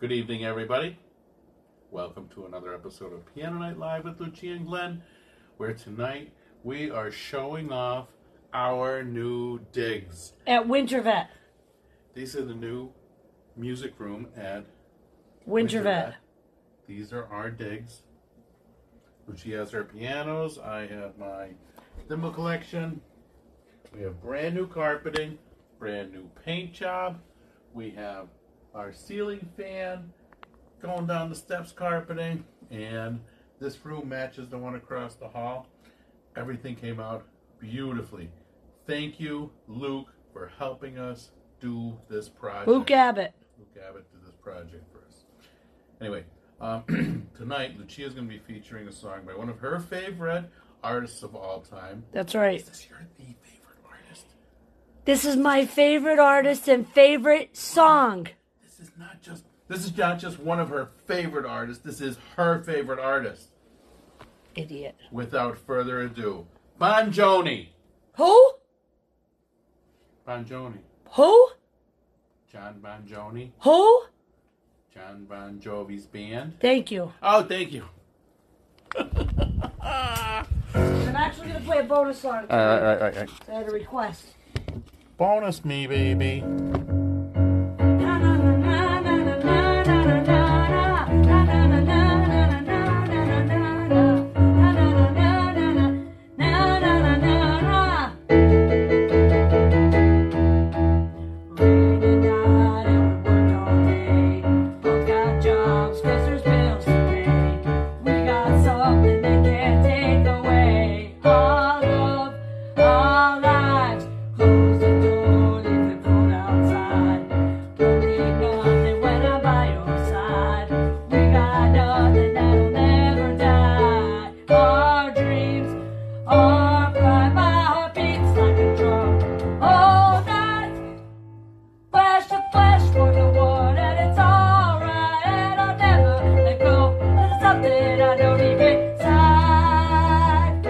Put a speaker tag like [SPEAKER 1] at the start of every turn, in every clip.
[SPEAKER 1] Good evening, everybody. Welcome to another episode of Piano Night Live with Lucia and Glenn, where tonight we are showing off our new digs.
[SPEAKER 2] At Winter Vet.
[SPEAKER 1] These are the new music room at
[SPEAKER 2] Winter
[SPEAKER 1] Wintervet.
[SPEAKER 2] Vet.
[SPEAKER 1] These are our digs. Lucia has her pianos. I have my thimble collection. We have brand new carpeting, brand new paint job. We have our ceiling fan going down the steps carpeting. And this room matches the one across the hall. Everything came out beautifully. Thank you, Luke, for helping us do this project.
[SPEAKER 2] Luke Abbott.
[SPEAKER 1] Luke Abbott did this project for us. Anyway, um, tonight Lucia is going to be featuring a song by one of her favorite artists of all time.
[SPEAKER 2] That's right.
[SPEAKER 1] Is this your the favorite artist?
[SPEAKER 2] This is my favorite artist and favorite song.
[SPEAKER 1] This is not just this is not just one of her favorite artists. This is her favorite artist.
[SPEAKER 2] Idiot.
[SPEAKER 1] Without further ado, Bon Joni.
[SPEAKER 2] Who?
[SPEAKER 1] Bon Joni.
[SPEAKER 2] Who?
[SPEAKER 1] John Bon Joni.
[SPEAKER 2] Who?
[SPEAKER 1] John Bon Jovi's band.
[SPEAKER 2] Thank you.
[SPEAKER 1] Oh, thank you.
[SPEAKER 2] I'm actually going to play a bonus song.
[SPEAKER 1] All right, all right, all right, all right.
[SPEAKER 2] I had a request.
[SPEAKER 1] Bonus me, baby.
[SPEAKER 2] Our lives, close the door, leave the cold outside. Don't need nothing when I'm by your side. We got nothing that'll never die. Our dreams are fly. My heart beats like a drum all night. Flash to flash, one to one, and it's alright. And I'll never let go of something I don't even decide.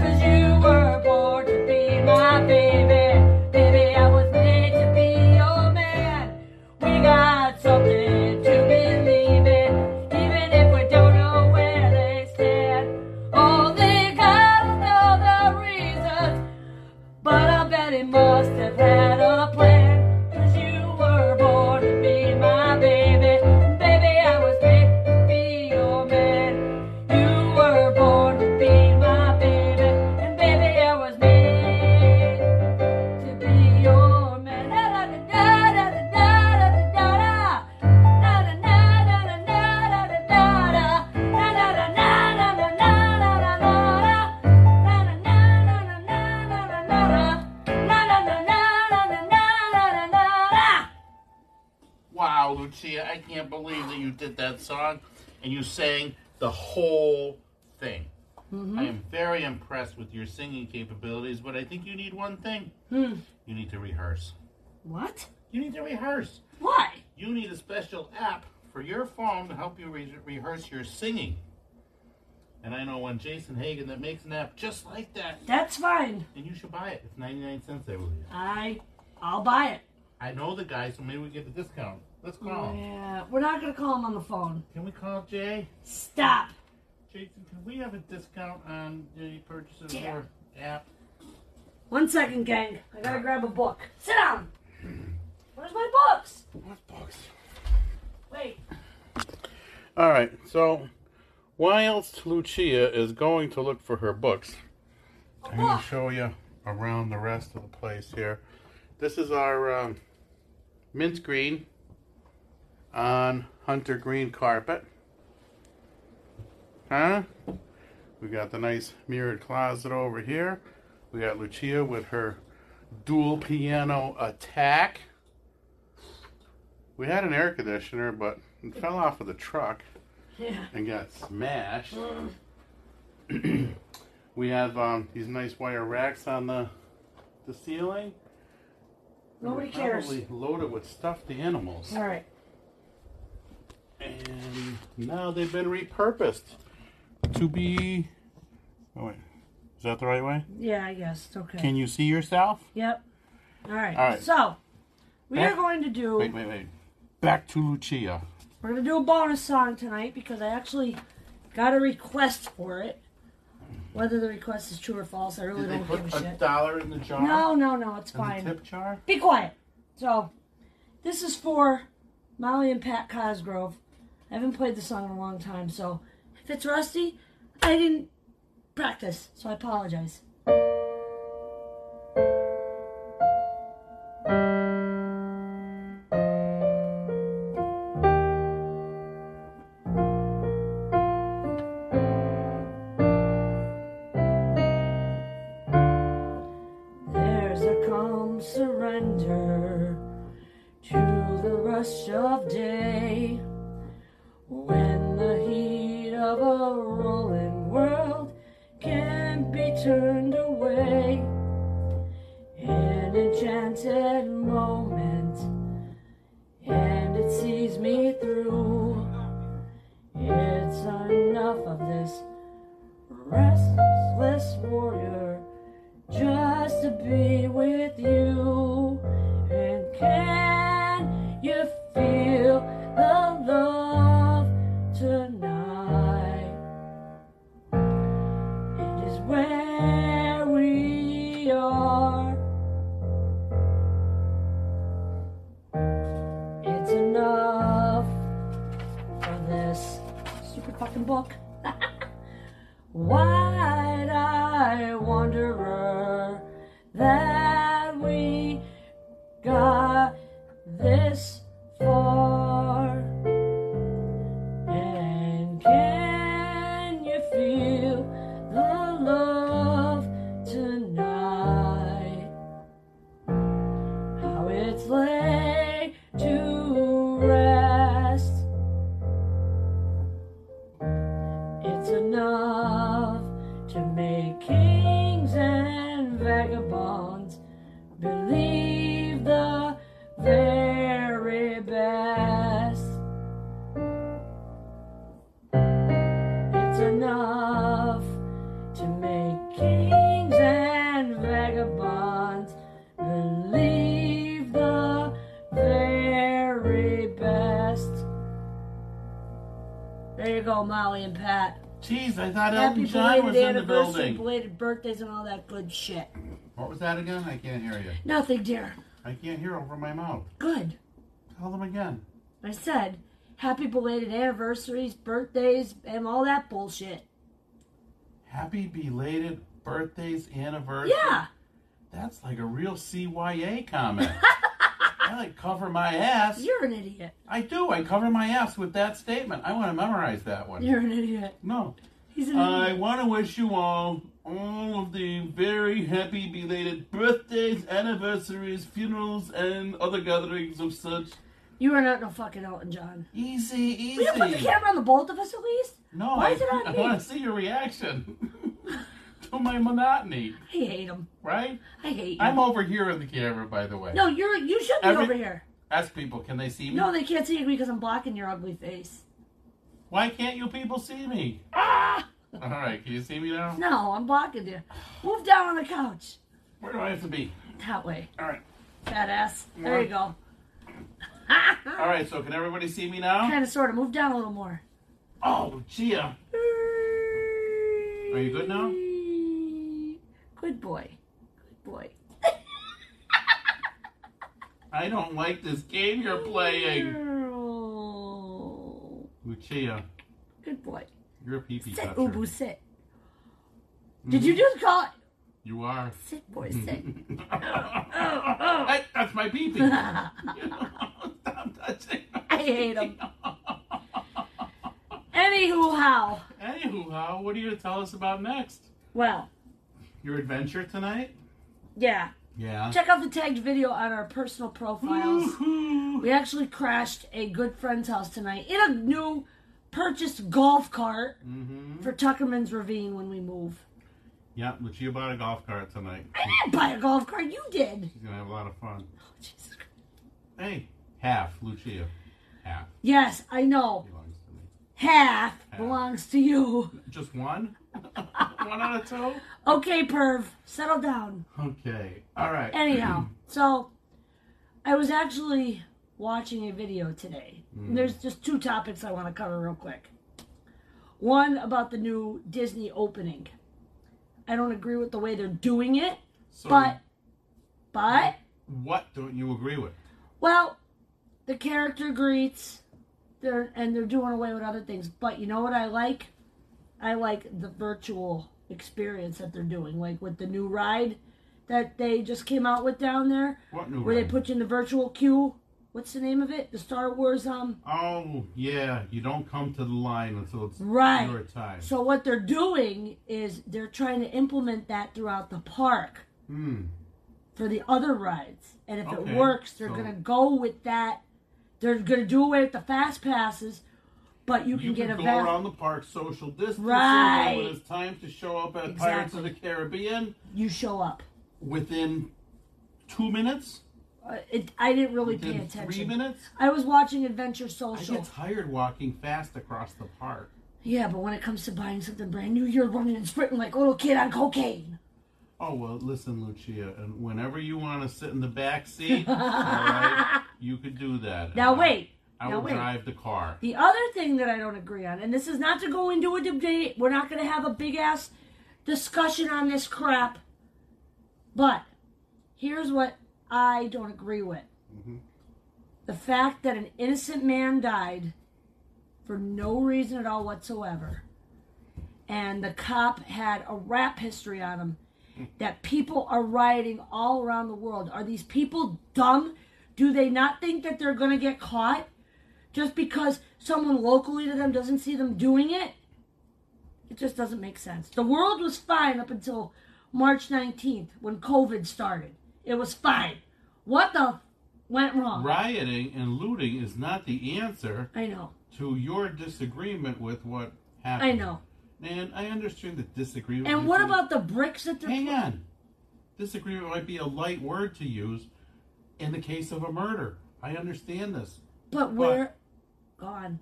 [SPEAKER 2] Cause you were born to be my baby. Baby, I was made to be your man. We got something to believe in, even if we don't know where they stand. Only God knows the reasons, but I bet he must have had a plan. Cause you were born to be my baby. Baby, I was made to be your man. You were born to be my baby, and baby, I was made to be your man. Da da da da da da da da da da da da da da da da da da da
[SPEAKER 1] Wow, Lucia, I can't believe that you did that song and you sang the whole thing. I am very impressed with your singing capabilities, but I think you need one thing. You need to rehearse.
[SPEAKER 2] What?
[SPEAKER 1] You need to rehearse.
[SPEAKER 2] Why?
[SPEAKER 1] You need a special app for your phone to help you re- rehearse your singing. And I know one Jason Hagen that makes an app just like that,
[SPEAKER 2] That's fine.
[SPEAKER 1] and you should buy it. It's 99 cents, I believe.
[SPEAKER 2] I, I'll buy it.
[SPEAKER 1] I know the guy, so maybe we get a discount. Let's call him.
[SPEAKER 2] Yeah, we're not gonna call him on the phone.
[SPEAKER 1] Can we call Jay?
[SPEAKER 2] Stop.
[SPEAKER 1] Jason, can we have a discount on the purchases
[SPEAKER 2] Yeah.
[SPEAKER 1] for app?
[SPEAKER 2] One second, gang. I gotta grab a book. Sit down. Where's my books?
[SPEAKER 1] What books?
[SPEAKER 2] Wait.
[SPEAKER 1] All right, so whilst Lucia is going to look for her books, I'm going
[SPEAKER 2] book.
[SPEAKER 1] to show you around the rest of the place here. This is our um, mint green on hunter green carpet. Huh? We got the nice mirrored closet over here. We got Lucia with her dual piano attack. We had an air conditioner, but it fell off of the truck
[SPEAKER 2] Yeah.
[SPEAKER 1] and got smashed.
[SPEAKER 2] Mm.
[SPEAKER 1] we have um, these nice wire racks on the the ceiling. And
[SPEAKER 2] Nobody
[SPEAKER 1] we're
[SPEAKER 2] cares.
[SPEAKER 1] Probably loaded with stuffed animals.
[SPEAKER 2] All right.
[SPEAKER 1] And now they've been repurposed to be. Oh wait, is that the right way?
[SPEAKER 2] Yeah, I guess. It's okay.
[SPEAKER 1] Can you see yourself?
[SPEAKER 2] Yep. All right.
[SPEAKER 1] All right.
[SPEAKER 2] So, we
[SPEAKER 1] Back-
[SPEAKER 2] are going to do.
[SPEAKER 1] Wait, wait, wait. Back to Lucia.
[SPEAKER 2] We're gonna do a bonus song tonight because I actually got a request for it. Whether the request is true or false, I really
[SPEAKER 1] Did they
[SPEAKER 2] don't give
[SPEAKER 1] put
[SPEAKER 2] a
[SPEAKER 1] a
[SPEAKER 2] shit.
[SPEAKER 1] dollar in the jar?
[SPEAKER 2] No, no, no, it's
[SPEAKER 1] In the
[SPEAKER 2] fine.
[SPEAKER 1] tip jar?
[SPEAKER 2] Be quiet. So, this is for Molly and Pat Cosgrove. I haven't played the song in a long time, so if it's rusty, I didn't practice, so I apologize. There's a calm surrender to the rush of day when the heat of a rolling world can be turned away. An enchanted moment, and it sees me through. It's enough of this restless warrior just to be with you. And can you feel the love tonight? It is where we are. It's enough for this stupid fucking book. Wide eyed wanderer that we got this far. And can you feel the love tonight? How it's laid to rest. It's enough to make kings and vagabonds believe the very best. It's enough to make kings and vagabonds believe the very best. There you go, Molly and Pat.
[SPEAKER 1] Jeez, I thought
[SPEAKER 2] Happy
[SPEAKER 1] Elton John was in
[SPEAKER 2] belated
[SPEAKER 1] the
[SPEAKER 2] anniversary,
[SPEAKER 1] building.
[SPEAKER 2] belated birthdays, and all that good shit.
[SPEAKER 1] What was that again? I can't hear you.
[SPEAKER 2] Nothing, dear.
[SPEAKER 1] I can't hear over my mouth.
[SPEAKER 2] Good.
[SPEAKER 1] Tell them again.
[SPEAKER 2] I said, happy belated anniversaries, birthdays, and all that bullshit.
[SPEAKER 1] Happy belated birthdays anniversary.
[SPEAKER 2] Yeah.
[SPEAKER 1] That's like a real CYA comment. I like cover my ass.
[SPEAKER 2] You're an idiot.
[SPEAKER 1] I do. I cover my ass with that statement. I want to memorize that one.
[SPEAKER 2] You're an idiot.
[SPEAKER 1] No.
[SPEAKER 2] He's an
[SPEAKER 1] I
[SPEAKER 2] idiot.
[SPEAKER 1] want to wish you all all of the very happy belated birthdays, anniversaries, funerals, and other gatherings of such.
[SPEAKER 2] You are not no fucking Elton John.
[SPEAKER 1] Easy, easy.
[SPEAKER 2] Will you put the camera on the both of us at least?
[SPEAKER 1] No,
[SPEAKER 2] Why
[SPEAKER 1] I,
[SPEAKER 2] is it on
[SPEAKER 1] I
[SPEAKER 2] me?
[SPEAKER 1] want to see your reaction to my monotony,
[SPEAKER 2] I hate him.
[SPEAKER 1] right?
[SPEAKER 2] I hate you.
[SPEAKER 1] I'm over here on the camera, by the way.
[SPEAKER 2] no, you're you should be
[SPEAKER 1] Every-
[SPEAKER 2] over here.
[SPEAKER 1] Ask people, can they see me?
[SPEAKER 2] No, they can't see you because I'm blocking your ugly face.
[SPEAKER 1] Why can't you people see me?
[SPEAKER 2] Ah!
[SPEAKER 1] All right, can you see me now?
[SPEAKER 2] No, I'm blocking you. Move down on the couch.
[SPEAKER 1] Where do I have to be?
[SPEAKER 2] That way.
[SPEAKER 1] All right,
[SPEAKER 2] Fat ass. There you go.
[SPEAKER 1] all right. So can everybody see me now?
[SPEAKER 2] Kind of, sort of. Move down a little more.
[SPEAKER 1] Oh, Gia, are you good now?
[SPEAKER 2] Good boy. Good boy.
[SPEAKER 1] I don't like this game you're playing.
[SPEAKER 2] Girl.
[SPEAKER 1] Lucia,
[SPEAKER 2] Good boy.
[SPEAKER 1] you're a pee-pee
[SPEAKER 2] Sit,
[SPEAKER 1] toucher.
[SPEAKER 2] Ubu, sit.
[SPEAKER 1] Mm-hmm.
[SPEAKER 2] Did you just call it?
[SPEAKER 1] You are.
[SPEAKER 2] Sit, boy, sit. Oh.
[SPEAKER 1] Hey, that's my pee-pee. Stop touching.
[SPEAKER 2] I hate him. Anywho, how?
[SPEAKER 1] Anywho, how? What are you gonna tell us about next?
[SPEAKER 2] Well,
[SPEAKER 1] Your adventure tonight?
[SPEAKER 2] yeah.
[SPEAKER 1] Yeah.
[SPEAKER 2] Check out the tagged video on our personal profiles.
[SPEAKER 1] Woohoo!
[SPEAKER 2] We actually crashed a good friend's house tonight in a new purchased golf cart
[SPEAKER 1] Mm-hmm.
[SPEAKER 2] for Tuckerman's Ravine when we move.
[SPEAKER 1] Yeah, Lucia bought a golf cart tonight.
[SPEAKER 2] I didn't buy a golf cart. You did.
[SPEAKER 1] She's gonna have a lot of fun.
[SPEAKER 2] Oh, Jesus Christ.
[SPEAKER 1] Hey, half, Lucia. Half
[SPEAKER 2] Yes, I know.
[SPEAKER 1] belongs to me.
[SPEAKER 2] Half belongs to you.
[SPEAKER 1] Just one? one out of two?
[SPEAKER 2] Okay, perv, settle down.
[SPEAKER 1] Okay. All right.
[SPEAKER 2] Anyhow, so I was actually watching a video today. And there's just two topics I want to cover real quick. One about the new Disney opening. I don't agree with the way they're doing it,
[SPEAKER 1] So
[SPEAKER 2] but but
[SPEAKER 1] what don't you agree with?
[SPEAKER 2] well, the character greets, they're and they're doing away with other things. But you know what I like? I like the virtual experience that they're doing, like with the new ride that they just came out with down there,
[SPEAKER 1] What new
[SPEAKER 2] where they
[SPEAKER 1] ride?
[SPEAKER 2] put you in the virtual queue. What's the name of it? The Star Wars um.
[SPEAKER 1] oh yeah, you don't come to the line until it's
[SPEAKER 2] Right.
[SPEAKER 1] your time.
[SPEAKER 2] So what they're doing is they're trying to implement that throughout the park.
[SPEAKER 1] Hmm.
[SPEAKER 2] for the other rides. And if
[SPEAKER 1] Okay,
[SPEAKER 2] it works, they're
[SPEAKER 1] so-
[SPEAKER 2] going to go with that. They're going to do away with the fast passes, but you can
[SPEAKER 1] You
[SPEAKER 2] get
[SPEAKER 1] can
[SPEAKER 2] a
[SPEAKER 1] go
[SPEAKER 2] fast.
[SPEAKER 1] around the park social distancing.
[SPEAKER 2] Right.
[SPEAKER 1] When it's time to show up at Pirates of the
[SPEAKER 2] Exactly.
[SPEAKER 1] Caribbean
[SPEAKER 2] You show up.
[SPEAKER 1] within two minutes,
[SPEAKER 2] Uh, it, I didn't really pay
[SPEAKER 1] within three
[SPEAKER 2] attention.
[SPEAKER 1] minutes.
[SPEAKER 2] I was watching Adventure
[SPEAKER 1] I
[SPEAKER 2] Social.
[SPEAKER 1] get tired walking fast across the park.
[SPEAKER 2] Yeah, but when it comes to buying something brand new, you're running and sprinting like a little kid on cocaine.
[SPEAKER 1] Oh well, listen, Lucia, and whenever you want to sit in the back seat, all right, you could do that.
[SPEAKER 2] Now
[SPEAKER 1] And I-
[SPEAKER 2] wait.
[SPEAKER 1] I
[SPEAKER 2] now
[SPEAKER 1] will
[SPEAKER 2] wait.
[SPEAKER 1] drive the car.
[SPEAKER 2] The other thing that I don't agree on, and this is not to go into a debate, we're not going to have a big ass discussion on this crap, but here's what I don't agree with the fact that an innocent man died for no reason at all whatsoever, and the cop had a rap history on him, that people are rioting all around the world. Are these people dumb? Do they not think that they're going to get caught? just because someone locally to them doesn't see them doing it, it just doesn't make sense. The world was fine up until March 19th when COVID started. It was fine. What the f- went wrong?
[SPEAKER 1] Rioting and looting is not the answer
[SPEAKER 2] I know.
[SPEAKER 1] to your disagreement with what happened.
[SPEAKER 2] I know.
[SPEAKER 1] And I understand the disagreement.
[SPEAKER 2] And
[SPEAKER 1] with
[SPEAKER 2] what
[SPEAKER 1] you.
[SPEAKER 2] about the bricks that they're
[SPEAKER 1] Hang on. Disagreement might be a light word to use in the case of a murder. I understand this.
[SPEAKER 2] But where gone.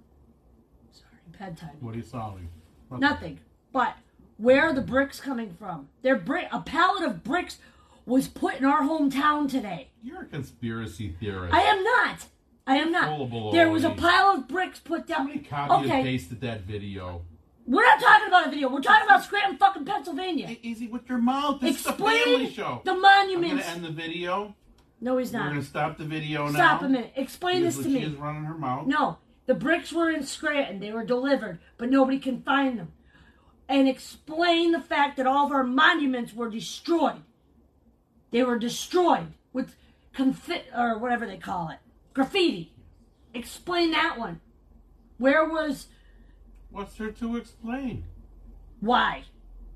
[SPEAKER 2] Sorry, bedtime.
[SPEAKER 1] What are you solving?
[SPEAKER 2] Nothing. But where are the bricks coming from? They're brick a pallet of bricks was put in our hometown today.
[SPEAKER 1] You're a conspiracy theorist.
[SPEAKER 2] I am not. I am not.
[SPEAKER 1] Rollable
[SPEAKER 2] there was a
[SPEAKER 1] already.
[SPEAKER 2] pile of bricks put down.
[SPEAKER 1] Somebody copied
[SPEAKER 2] okay,
[SPEAKER 1] and pasted that video.
[SPEAKER 2] we're not talking about a video. We're talking about Scranton, fucking Pennsylvania.
[SPEAKER 1] Hey, easy with your mouth. This is a
[SPEAKER 2] Explain
[SPEAKER 1] family show.
[SPEAKER 2] the
[SPEAKER 1] I'm going
[SPEAKER 2] monuments.
[SPEAKER 1] to end the video.
[SPEAKER 2] no, he's
[SPEAKER 1] We're
[SPEAKER 2] not.
[SPEAKER 1] going to stop the video now.
[SPEAKER 2] Stop a minute. Explain
[SPEAKER 1] Because
[SPEAKER 2] this to
[SPEAKER 1] Lucia's
[SPEAKER 2] me.
[SPEAKER 1] running her mouth.
[SPEAKER 2] No, the bricks were in Scranton. They were delivered, but nobody can find them. And explain the fact that all of our monuments were destroyed. They were destroyed with confi- or whatever they call it, graffiti. Explain that one. Where was
[SPEAKER 1] What's there to explain?
[SPEAKER 2] Why?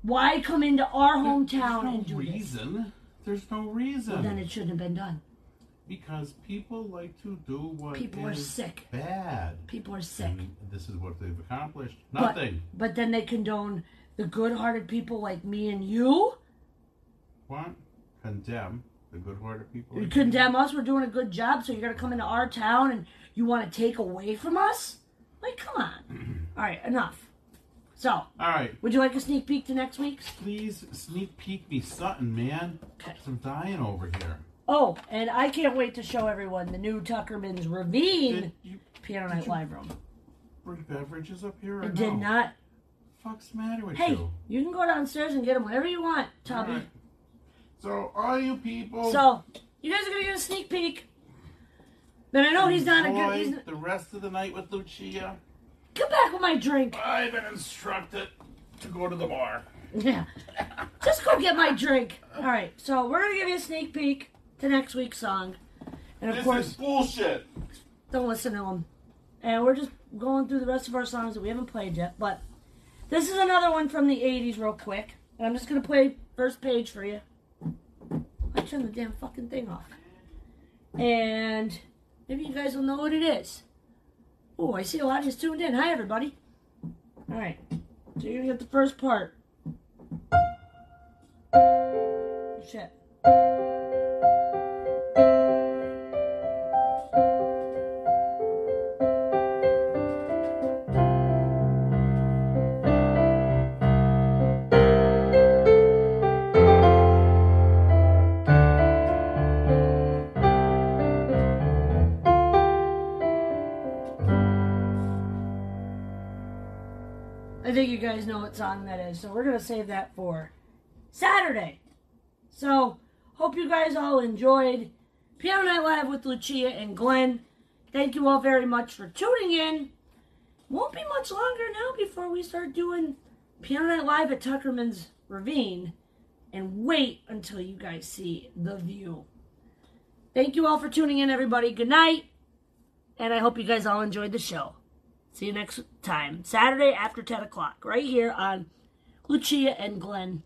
[SPEAKER 2] Why come into our hometown
[SPEAKER 1] There's no
[SPEAKER 2] and do this?
[SPEAKER 1] reason. There's no reason.
[SPEAKER 2] Then it shouldn't have been done.
[SPEAKER 1] because people like to do what
[SPEAKER 2] People are
[SPEAKER 1] is
[SPEAKER 2] sick.
[SPEAKER 1] bad.
[SPEAKER 2] People are sick.
[SPEAKER 1] And this is what they've accomplished.
[SPEAKER 2] But-
[SPEAKER 1] Mm-hmm. Nothing.
[SPEAKER 2] But, then they condone the good-hearted people like me and you.
[SPEAKER 1] What? Condemn the good-hearted people.
[SPEAKER 2] You condemn us. We're doing a good job, so you're gonna come into our town and you want to take away from us? Like, come
[SPEAKER 1] Mm-hmm.
[SPEAKER 2] on. All right, enough. So,
[SPEAKER 1] All right.
[SPEAKER 2] would you like a sneak peek to next week's?
[SPEAKER 1] Please sneak peek me something, man.
[SPEAKER 2] Okay.
[SPEAKER 1] I'm dying over here.
[SPEAKER 2] Oh, and I can't wait to show everyone the new Tuckerman's Ravine
[SPEAKER 1] Did you
[SPEAKER 2] Piano
[SPEAKER 1] did
[SPEAKER 2] Night
[SPEAKER 1] you-
[SPEAKER 2] Live Room.
[SPEAKER 1] bring beverages up here? Or
[SPEAKER 2] I did
[SPEAKER 1] no?
[SPEAKER 2] not.
[SPEAKER 1] Fuck's the matter with
[SPEAKER 2] Hey,
[SPEAKER 1] you?
[SPEAKER 2] you can go downstairs and get them whenever you
[SPEAKER 1] All
[SPEAKER 2] want, Tubby.
[SPEAKER 1] right. So, all you people.
[SPEAKER 2] So you guys are gonna get a sneak peek. But I know he's not a good. He's,
[SPEAKER 1] enjoy The rest of the night with Lucia.
[SPEAKER 2] come back with my drink.
[SPEAKER 1] I've been instructed to go to the bar.
[SPEAKER 2] Yeah, just go get my drink. All right, so we're gonna give you a sneak peek to next week's song, and of
[SPEAKER 1] This
[SPEAKER 2] course,
[SPEAKER 1] is bullshit.
[SPEAKER 2] don't listen to him. And we're just going through the rest of our songs that we haven't played yet. But this is another one from the '80s, real quick. And I'm just gonna play first page for you. I turned the damn fucking thing off. And maybe you guys will know what it is. Oh, I see a lot of you tuned in. Hi, everybody. All right, so you're gonna get the first part. Shit.
[SPEAKER 1] Thank
[SPEAKER 2] I think you guys know what song that is, so we're gonna save that for Saturday. So hope you guys all enjoyed Piano Night Live with Lucia and Glenn. Thank you all very much for tuning in. Won't be much longer now before we start doing Piano Night Live at Tuckerman's Ravine. And wait until you guys see the view. Thank you all for tuning in, everybody. Good night. And I hope you guys all enjoyed the show. See you next time, Saturday after 10 o'clock, right here on Lucia and Glenn.